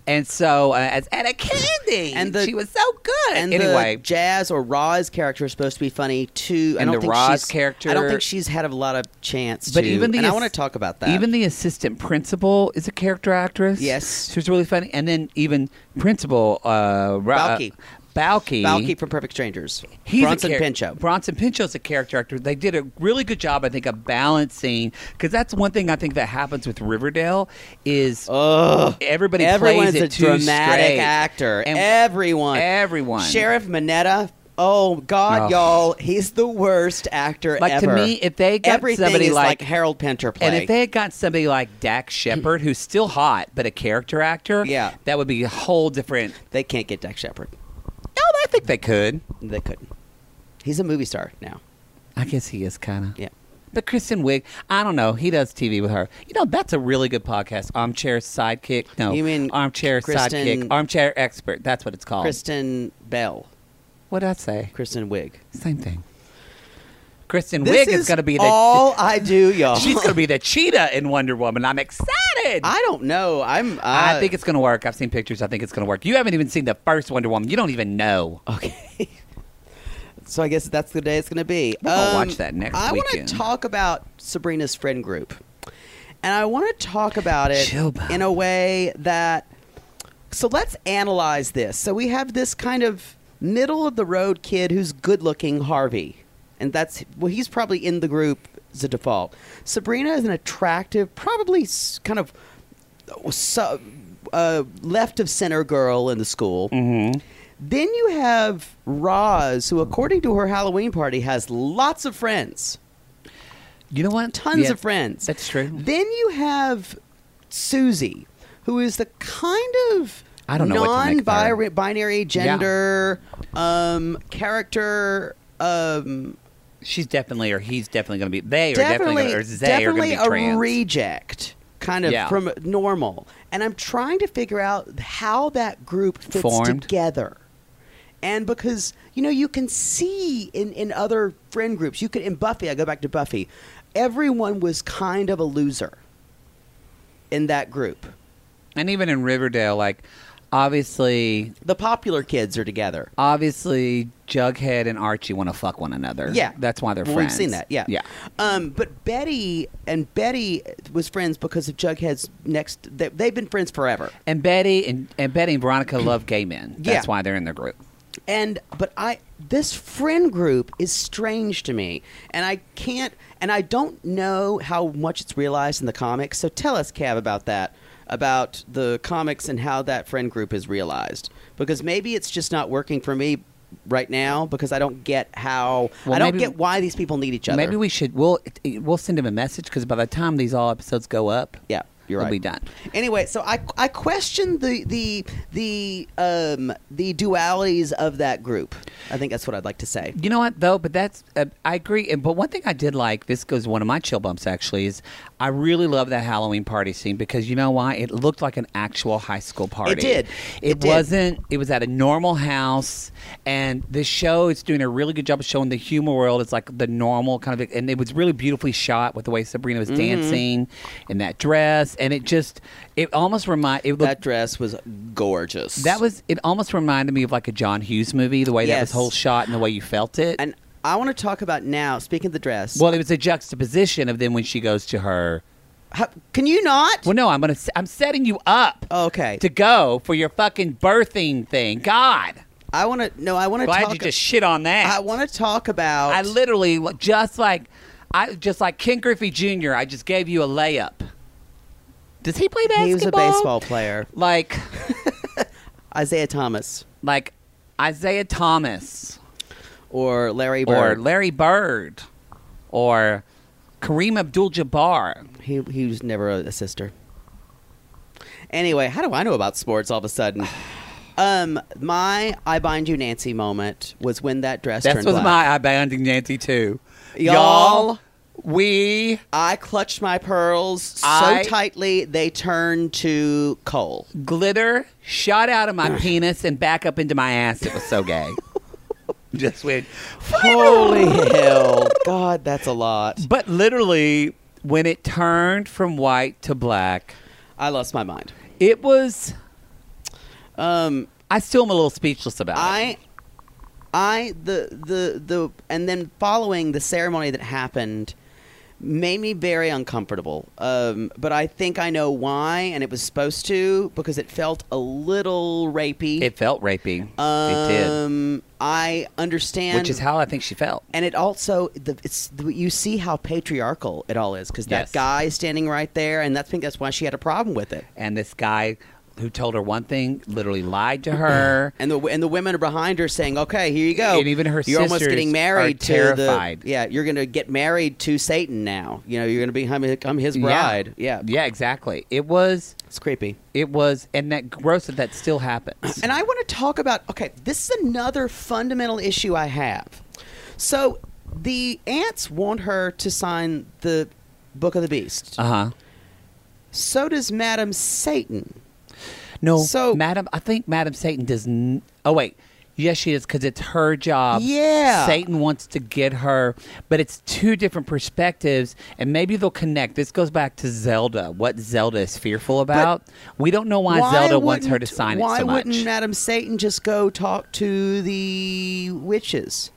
[SPEAKER 2] and so uh, as Etta Candy,
[SPEAKER 3] And the-
[SPEAKER 2] she was so good.
[SPEAKER 3] And
[SPEAKER 2] anyway,
[SPEAKER 3] the Jazz or Roz character is supposed to be funny too. I
[SPEAKER 2] And
[SPEAKER 3] don't
[SPEAKER 2] the
[SPEAKER 3] think
[SPEAKER 2] Roz
[SPEAKER 3] she's, I don't
[SPEAKER 2] character-
[SPEAKER 3] think she's had a lot of chance.
[SPEAKER 2] But
[SPEAKER 3] to,
[SPEAKER 2] even the
[SPEAKER 3] and I
[SPEAKER 2] ass-
[SPEAKER 3] want to talk about that.
[SPEAKER 2] Even the assistant principal is a character actress.
[SPEAKER 3] Yes.
[SPEAKER 2] she was really funny. And then even principal uh, Ra-
[SPEAKER 3] Balky.
[SPEAKER 2] Balky,
[SPEAKER 3] Balky from Perfect Strangers.
[SPEAKER 2] He's a
[SPEAKER 3] Bronson
[SPEAKER 2] char-
[SPEAKER 3] Pinchot.
[SPEAKER 2] Bronson Pinchot's a character actor. They did a really good job, I think, of balancing because that's one thing I think that happens with Riverdale is everybody
[SPEAKER 3] Everyone's
[SPEAKER 2] plays
[SPEAKER 3] Oh, a
[SPEAKER 2] it too
[SPEAKER 3] dramatic
[SPEAKER 2] straight.
[SPEAKER 3] actor.
[SPEAKER 2] And
[SPEAKER 3] everyone.
[SPEAKER 2] everyone.
[SPEAKER 3] Sheriff Mineta. Oh God,
[SPEAKER 2] Oh.
[SPEAKER 3] y'all, he's the worst actor
[SPEAKER 2] Like, to
[SPEAKER 3] ever.
[SPEAKER 2] me, if they got
[SPEAKER 3] Everything
[SPEAKER 2] somebody
[SPEAKER 3] is like,
[SPEAKER 2] like-
[SPEAKER 3] Harold Pinter play, Mm.
[SPEAKER 2] And if they had got somebody like Dax Shepard, who's still hot but a character actor,
[SPEAKER 3] Yeah.
[SPEAKER 2] that would be a whole different.
[SPEAKER 3] They can't get Dak Shepard.
[SPEAKER 2] No, I think they could.
[SPEAKER 3] They couldn't. He's a movie star now.
[SPEAKER 2] I guess he is kind of.
[SPEAKER 3] Yeah.
[SPEAKER 2] But Kristen Wiig, I don't know. He does TV with her. You know, that's a really good podcast. Armchair Sidekick. No,
[SPEAKER 3] You mean
[SPEAKER 2] Armchair
[SPEAKER 3] Kristen-
[SPEAKER 2] Sidekick? Armchair Expert. That's what it's
[SPEAKER 3] Oh.
[SPEAKER 2] called.
[SPEAKER 3] Kristen Bell.
[SPEAKER 2] What did I say?
[SPEAKER 3] Kristen Wiig.
[SPEAKER 2] Same thing. Kristen
[SPEAKER 3] This
[SPEAKER 2] Wiig is, going to be the.
[SPEAKER 3] all I do, y'all.
[SPEAKER 2] she's going to be the cheetah in Wonder Woman. I'm excited.
[SPEAKER 3] I don't know. I'm. Uh,
[SPEAKER 2] I think it's going to work. I've seen pictures. I think it's going to work. You haven't even seen the first Wonder Woman. You don't even know.
[SPEAKER 3] Okay. So I guess that's the day it's going to be. Um,
[SPEAKER 2] I'll watch that next
[SPEAKER 3] I
[SPEAKER 2] weekend.
[SPEAKER 3] want to talk about Sabrina's friend group And I want to talk about it
[SPEAKER 2] Chill, bud.
[SPEAKER 3] in a way that. So let's analyze this. So we have this kind of middle of the road kid who's good looking, Harvey. And that's, well, he's probably in the group as a default. Sabrina is an attractive, probably s- kind of so, uh, left of center girl in the school. Mm-hmm. Then you have Roz, who, according to her Halloween party, has lots of friends,
[SPEAKER 2] You know what?
[SPEAKER 3] tons
[SPEAKER 2] Yeah,
[SPEAKER 3] of friends.
[SPEAKER 2] That's true.
[SPEAKER 3] Then you have Susie, who is the kind of
[SPEAKER 2] I don't know what to make of her.
[SPEAKER 3] non-binary binary gender um, character. Um,
[SPEAKER 2] She's definitely, or he's definitely going to be. They are
[SPEAKER 3] definitely,
[SPEAKER 2] definitely, gonna, or they
[SPEAKER 3] definitely
[SPEAKER 2] are going to be
[SPEAKER 3] a
[SPEAKER 2] trans.
[SPEAKER 3] reject, kind of
[SPEAKER 2] Yeah.
[SPEAKER 3] from normal. And I'm trying to figure out how that group fits
[SPEAKER 2] Formed.
[SPEAKER 3] together. And because you know, you can see in in other friend groups, you could in Buffy. I go back to Buffy. Everyone was kind of a loser in that group.
[SPEAKER 2] and even in Riverdale, like obviously,
[SPEAKER 3] The popular kids are together.
[SPEAKER 2] obviously, Jughead and Archie want to fuck one another.
[SPEAKER 3] Yeah,
[SPEAKER 2] that's why they're
[SPEAKER 3] Well,
[SPEAKER 2] friends.
[SPEAKER 3] We've seen that. Yeah,
[SPEAKER 2] yeah.
[SPEAKER 3] Um, but Betty and Betty was friends because of Jughead's next. They, they've been friends forever.
[SPEAKER 2] And Betty and, and Betty and Veronica love gay men. That's
[SPEAKER 3] Yeah.
[SPEAKER 2] why they're in their group.
[SPEAKER 3] And but I this friend group is strange to me, and I can't, and I don't know how much it's realized in the comics. So tell us, Cav, about that, about the comics and how that friend group is realized, because maybe it's just not working for me right now because I don't get how
[SPEAKER 2] Well,
[SPEAKER 3] I don't
[SPEAKER 2] maybe-
[SPEAKER 3] get why these people need each other.
[SPEAKER 2] Maybe we should. We'll we'll send him a message because by the time these all episodes go up,
[SPEAKER 3] Yeah, you're
[SPEAKER 2] we'll
[SPEAKER 3] right.
[SPEAKER 2] be done.
[SPEAKER 3] Anyway, so I I question the the the um the dualities of that group. I think that's what I'd like to say.
[SPEAKER 2] You know what though? But that's uh, I agree. And but one thing I did like this goes one of my chill bumps actually is I really love that Halloween party scene because you know why it looked like an actual high school party.
[SPEAKER 3] did.
[SPEAKER 2] It,
[SPEAKER 3] It did.
[SPEAKER 2] wasn't. It was at a normal house, and the show is doing a really good job of showing the humor world. It's like the normal kind of, and it was really beautifully shot with the way Sabrina was
[SPEAKER 3] Mm-hmm.
[SPEAKER 2] dancing in that dress, and it just it almost remind it looked
[SPEAKER 3] That dress was gorgeous.
[SPEAKER 2] That was it. Almost reminded me of like a John Hughes movie, the way that was
[SPEAKER 3] Yes.
[SPEAKER 2] whole shot and the way you felt it.
[SPEAKER 3] and I want to talk about now. Speaking of the dress,
[SPEAKER 2] well, it was a juxtaposition of then when she goes to her.
[SPEAKER 3] how, can you not?
[SPEAKER 2] Well, no, I'm gonna. s- I'm setting you up
[SPEAKER 3] Okay,
[SPEAKER 2] to go for your fucking birthing thing. God,
[SPEAKER 3] I want to. No, I want to.
[SPEAKER 2] glad
[SPEAKER 3] talk,
[SPEAKER 2] you just shit on that.
[SPEAKER 3] I want to talk about.
[SPEAKER 2] I literally just like, I just like Ken Griffey Jr. I just gave you a layup. Does he play basketball?
[SPEAKER 3] he was a baseball player,
[SPEAKER 2] Like,
[SPEAKER 3] Isaiah Thomas
[SPEAKER 2] like Isaiah Thomas.
[SPEAKER 3] or Larry
[SPEAKER 2] or
[SPEAKER 3] Bird.
[SPEAKER 2] Larry Bird or Kareem Abdul-Jabbar.
[SPEAKER 3] he he was never a, a sister. Anyway, how do I know about sports all of a sudden? Um, my I bind you Nancy moment was when that dress
[SPEAKER 2] That
[SPEAKER 3] turned
[SPEAKER 2] was
[SPEAKER 3] black.
[SPEAKER 2] my I banding Nancy too.
[SPEAKER 3] Y'all,
[SPEAKER 2] we
[SPEAKER 3] I clutched my pearls
[SPEAKER 2] I-
[SPEAKER 3] so tightly they turned to coal.
[SPEAKER 2] glitter shot out of my penis and back up into my ass. It was so gay. Just went.
[SPEAKER 3] Holy hell. God, that's a lot.
[SPEAKER 2] But literally, when it turned from white to black,
[SPEAKER 3] I lost my mind.
[SPEAKER 2] it was.
[SPEAKER 3] Um
[SPEAKER 2] I still am a little speechless about it.
[SPEAKER 3] I I the the the and then following the ceremony that happened made me very uncomfortable. Um but I think I know why and it was supposed to because it felt a little rapey.
[SPEAKER 2] It felt rapey. it did,
[SPEAKER 3] um I understand
[SPEAKER 2] which is how I think she felt.
[SPEAKER 3] and it also the, it's the, you see how patriarchal it all is because that
[SPEAKER 2] Yes.
[SPEAKER 3] guy is standing right there and that's, I think that's why she had a problem with it
[SPEAKER 2] and this guy who told her one thing literally lied to her.
[SPEAKER 3] and the and the women are behind her saying okay here you go
[SPEAKER 2] And even her
[SPEAKER 3] you're almost
[SPEAKER 2] sisters
[SPEAKER 3] getting
[SPEAKER 2] are
[SPEAKER 3] married to
[SPEAKER 2] terrified.
[SPEAKER 3] the yeah you're gonna get married to Satan now you know you're gonna become I'm his
[SPEAKER 2] Yeah.
[SPEAKER 3] bride yeah,
[SPEAKER 2] yeah, exactly. It was,
[SPEAKER 3] it's creepy
[SPEAKER 2] it was, and that gross that that still happens.
[SPEAKER 3] and I want to talk about okay this is another fundamental issue I have so the ants want her to sign the book of the beast
[SPEAKER 2] Uh huh.
[SPEAKER 3] so does Madam Satan.
[SPEAKER 2] No, so
[SPEAKER 3] So-
[SPEAKER 2] Madam, I think Madam Satan does. N- oh wait, yes, she is because it's her job.
[SPEAKER 3] Yeah.
[SPEAKER 2] Uh, Satan wants to get her, but it's two different perspectives, and maybe they'll connect. This goes back to Zelda. What Zelda is fearful about. we don't know why, Zelda wants her to
[SPEAKER 3] wouldn't-
[SPEAKER 2] sign
[SPEAKER 3] Why
[SPEAKER 2] it so much.
[SPEAKER 3] wouldn't Madam Satan just go talk to the witches?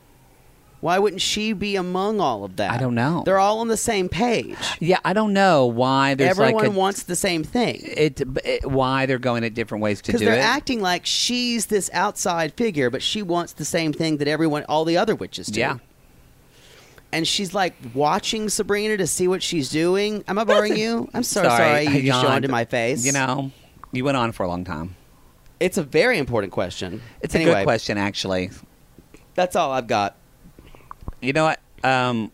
[SPEAKER 3] Why wouldn't she be among all of that?
[SPEAKER 2] I don't know.
[SPEAKER 3] They're all on the same page.
[SPEAKER 2] Yeah, I don't know why there's
[SPEAKER 3] Everyone
[SPEAKER 2] like a,
[SPEAKER 3] wants the same thing.
[SPEAKER 2] it, it- why they're going at different ways to do
[SPEAKER 3] Because they're
[SPEAKER 2] it.
[SPEAKER 3] acting like she's this outside figure, but she wants the same thing that everyone, all the other witches do.
[SPEAKER 2] Yeah.
[SPEAKER 3] And she's like watching Sabrina to see what she's doing. Am I boring you? I'm so sorry,
[SPEAKER 2] I
[SPEAKER 3] you just yawned
[SPEAKER 2] yawned.
[SPEAKER 3] in my face.
[SPEAKER 2] You know, you went on for a long time.
[SPEAKER 3] it's a very important question.
[SPEAKER 2] It's
[SPEAKER 3] anyway,
[SPEAKER 2] a good question, actually.
[SPEAKER 3] That's all I've got.
[SPEAKER 2] You know what? Um,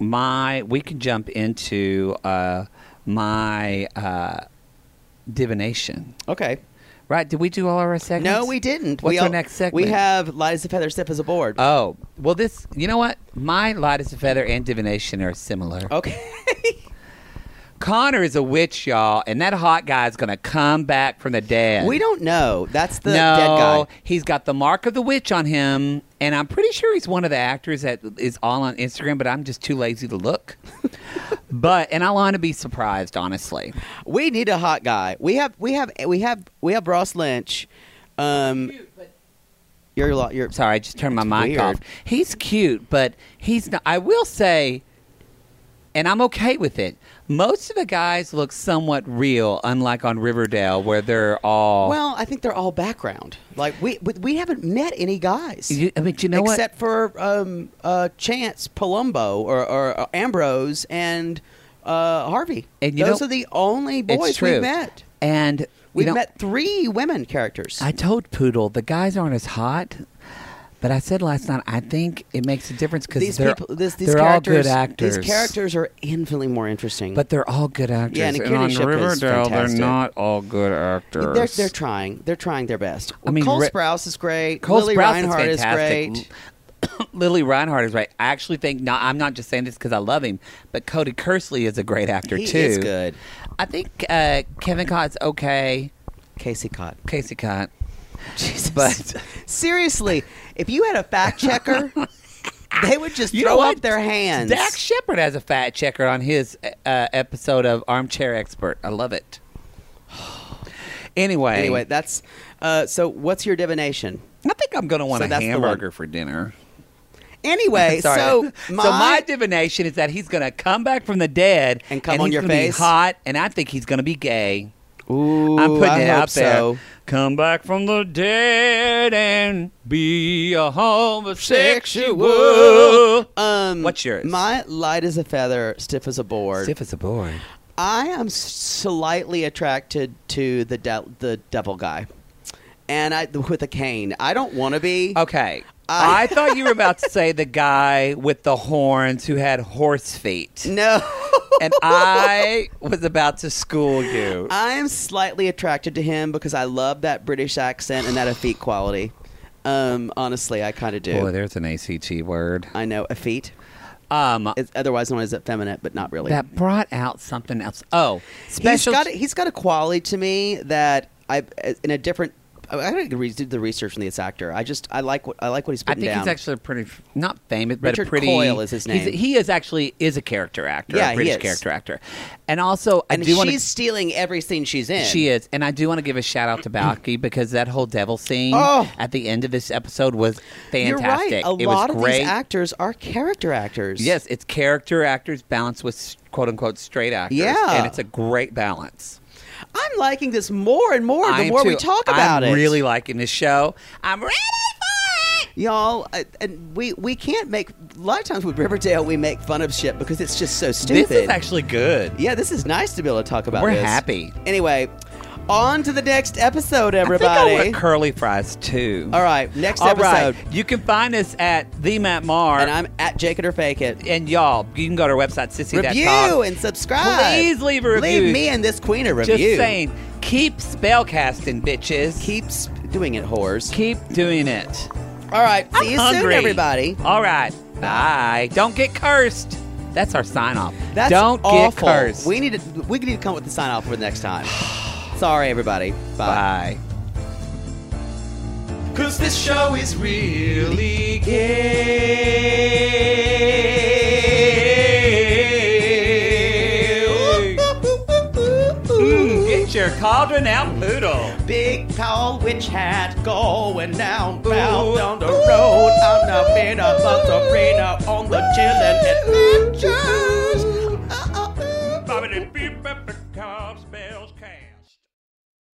[SPEAKER 2] my we can jump into uh, my uh, divination,
[SPEAKER 3] Okay.
[SPEAKER 2] right? Did we do all our segments?
[SPEAKER 3] No, we didn't.
[SPEAKER 2] What's
[SPEAKER 3] we
[SPEAKER 2] our
[SPEAKER 3] all-
[SPEAKER 2] next segment?
[SPEAKER 3] We have light as a feather, step as a board.
[SPEAKER 2] Oh well, this. You know what? My light as a feather and divination are similar.
[SPEAKER 3] okay.
[SPEAKER 2] Connor is a witch, y'all, and that hot guy is gonna come back from the dead.
[SPEAKER 3] we don't know. That's the
[SPEAKER 2] no,
[SPEAKER 3] dead guy.
[SPEAKER 2] he's got the mark of the witch on him, and I'm pretty sure he's one of the actors that is all on Instagram. But I'm just too lazy to look. but and I want to be surprised, honestly.
[SPEAKER 3] We need a hot guy. We have we have we have we have Ross Lynch. Um, you're lo- you're
[SPEAKER 2] Sorry, I just turned my mic
[SPEAKER 3] weird.
[SPEAKER 2] off. He's cute, but he's not. I will say, and I'm okay with it. Most of the guys look somewhat real, unlike on Riverdale where they're all.
[SPEAKER 3] well. I think they're all background. Like we we, we haven't met any guys
[SPEAKER 2] you, I mean, you know what?
[SPEAKER 3] except for um, uh, Chance Palumbo or, or, uh, Ambrose and uh, Harvey.
[SPEAKER 2] And you
[SPEAKER 3] Those
[SPEAKER 2] know-
[SPEAKER 3] are the only
[SPEAKER 2] It's
[SPEAKER 3] boys
[SPEAKER 2] true.
[SPEAKER 3] we've met.
[SPEAKER 2] and you
[SPEAKER 3] We've
[SPEAKER 2] know-
[SPEAKER 3] met three women characters.
[SPEAKER 2] I told Poodle the guys aren't as hot, but I said last night I think it makes a difference because
[SPEAKER 3] these
[SPEAKER 2] they're,
[SPEAKER 3] people, this, these
[SPEAKER 2] they're all
[SPEAKER 3] characters,
[SPEAKER 2] good actors.
[SPEAKER 3] These characters are infinitely more interesting.
[SPEAKER 2] but they're all good actors.
[SPEAKER 3] Yeah, and Akira Shipka is fantastic.
[SPEAKER 2] all good actors.
[SPEAKER 3] They're, they're trying. They're trying their best.
[SPEAKER 2] I mean,
[SPEAKER 3] Cole
[SPEAKER 2] Ri-
[SPEAKER 3] Sprouse is great.
[SPEAKER 2] Cole
[SPEAKER 3] Lily
[SPEAKER 2] Sprouse
[SPEAKER 3] Reinhardt
[SPEAKER 2] is
[SPEAKER 3] is,
[SPEAKER 2] fantastic.
[SPEAKER 3] great.
[SPEAKER 2] Lily Reinhardt is right. I actually think no, I'm not just saying this because I love him, but Cody Kersley is a great actor
[SPEAKER 3] He
[SPEAKER 2] too.
[SPEAKER 3] is good.
[SPEAKER 2] I think uh, Kevin Cott's okay.
[SPEAKER 3] Casey Cott.
[SPEAKER 2] Casey Cott.
[SPEAKER 3] Jesus.
[SPEAKER 2] But-
[SPEAKER 3] seriously, if you had a fact checker, they would just
[SPEAKER 2] You know
[SPEAKER 3] throw up
[SPEAKER 2] what?
[SPEAKER 3] their hands.
[SPEAKER 2] Dax Shepard has a fat checker on his uh, episode of Armchair Expert. I love it. Anyway,
[SPEAKER 3] Anyway, that's uh, so. What's your divination?
[SPEAKER 2] I think I'm going to want
[SPEAKER 3] So
[SPEAKER 2] a
[SPEAKER 3] that's the
[SPEAKER 2] hamburger
[SPEAKER 3] one.
[SPEAKER 2] for dinner.
[SPEAKER 3] Anyway,
[SPEAKER 2] Sorry.
[SPEAKER 3] so my,
[SPEAKER 2] so my divination is that he's going to come back from the dead
[SPEAKER 3] And come on
[SPEAKER 2] he's
[SPEAKER 3] your
[SPEAKER 2] gonna be
[SPEAKER 3] face?
[SPEAKER 2] hot, and I think he's going to be gay.
[SPEAKER 3] Ooh,
[SPEAKER 2] I'm putting
[SPEAKER 3] I
[SPEAKER 2] it
[SPEAKER 3] hope
[SPEAKER 2] out there.
[SPEAKER 3] So.
[SPEAKER 2] Come back from the dead and be a homosexual.
[SPEAKER 3] Sexual. Um,
[SPEAKER 2] What's yours?
[SPEAKER 3] My light as a feather, stiff as a board.
[SPEAKER 2] Stiff as a board.
[SPEAKER 3] I am slightly attracted to the de- the devil guy, and I with a cane. I don't want to be.
[SPEAKER 2] Okay.
[SPEAKER 3] I-
[SPEAKER 2] I thought you were about to say the guy with the horns who had horse feet.
[SPEAKER 3] No,
[SPEAKER 2] And I was about to school you.
[SPEAKER 3] I am slightly attracted to him because I love that British accent and that effete quality. Um, honestly, I kind of do.
[SPEAKER 2] Boy, there's an ACT word.
[SPEAKER 3] I know effete.
[SPEAKER 2] Um,
[SPEAKER 3] It's otherwise known as effeminate, but not really.
[SPEAKER 2] that brought out something else. Oh, special.
[SPEAKER 3] He's got he's got a quality to me that I in a different. I don't even do the research on this actor. I just I like what I like what he's
[SPEAKER 2] I
[SPEAKER 3] putting
[SPEAKER 2] think
[SPEAKER 3] down.
[SPEAKER 2] he's actually a pretty not famous, but
[SPEAKER 3] Richard
[SPEAKER 2] a pretty.
[SPEAKER 3] Coyle is his
[SPEAKER 2] he's-
[SPEAKER 3] name.
[SPEAKER 2] He is actually is a character actor,
[SPEAKER 3] Yeah,
[SPEAKER 2] a
[SPEAKER 3] he
[SPEAKER 2] British
[SPEAKER 3] is.
[SPEAKER 2] character actor, and also
[SPEAKER 3] and
[SPEAKER 2] I
[SPEAKER 3] she's
[SPEAKER 2] do want to.
[SPEAKER 3] stealing every scene she's in.
[SPEAKER 2] She is, and I do want to give a shout out to Balky because that whole devil scene
[SPEAKER 3] Oh.
[SPEAKER 2] at the end of this episode was
[SPEAKER 3] You're right.
[SPEAKER 2] fantastic.
[SPEAKER 3] A
[SPEAKER 2] it
[SPEAKER 3] lot
[SPEAKER 2] was
[SPEAKER 3] of
[SPEAKER 2] great.
[SPEAKER 3] these actors are character actors.
[SPEAKER 2] Yes, it's character actors balanced with quote unquote straight actors.
[SPEAKER 3] Yeah.
[SPEAKER 2] and it's a great balance.
[SPEAKER 3] I'm liking this more and more the
[SPEAKER 2] I am
[SPEAKER 3] more we
[SPEAKER 2] too.
[SPEAKER 3] talk about
[SPEAKER 2] I'm
[SPEAKER 3] it.
[SPEAKER 2] really liking this show. I'm ready for it.
[SPEAKER 3] y'all. I, and we we can't make a lot of times with Riverdale we make fun of shit because it's just so stupid.
[SPEAKER 2] This is actually good.
[SPEAKER 3] yeah, this is nice to be able to talk about.
[SPEAKER 2] We're
[SPEAKER 3] this.
[SPEAKER 2] happy.
[SPEAKER 3] Anyway, on to the next episode,
[SPEAKER 2] I think I
[SPEAKER 3] everybody.
[SPEAKER 2] want curly fries too.
[SPEAKER 3] All right, next
[SPEAKER 2] All
[SPEAKER 3] episode.
[SPEAKER 2] right. You can find us at the Matt Marr.
[SPEAKER 3] And I'm at Jake it or fake it.
[SPEAKER 2] And y'all, you can go to our website, sissy.com.
[SPEAKER 3] Review and subscribe.
[SPEAKER 2] Please leave a review.
[SPEAKER 3] Leave me and this queen a review.
[SPEAKER 2] Just saying, keep spellcasting, bitches.
[SPEAKER 3] Keeps doing it, whores.
[SPEAKER 2] Keep doing it.
[SPEAKER 3] All right. See you soon,
[SPEAKER 2] Hungry.
[SPEAKER 3] everybody.
[SPEAKER 2] All right. Bye. Don't get cursed. That's our sign off.
[SPEAKER 3] That's
[SPEAKER 2] Don't
[SPEAKER 3] awful.
[SPEAKER 2] get cursed.
[SPEAKER 3] We need to. We need to come up with the sign off for next time. Sorry, everybody. Bye.
[SPEAKER 2] Bye.
[SPEAKER 1] Cause this show is really gay.
[SPEAKER 2] Mm, get your cauldron out poodle.
[SPEAKER 3] Big tall witch hat going down,
[SPEAKER 2] Ooh.
[SPEAKER 3] bound on the road. I'm the bit of a Sabrina on the chillin' adventures.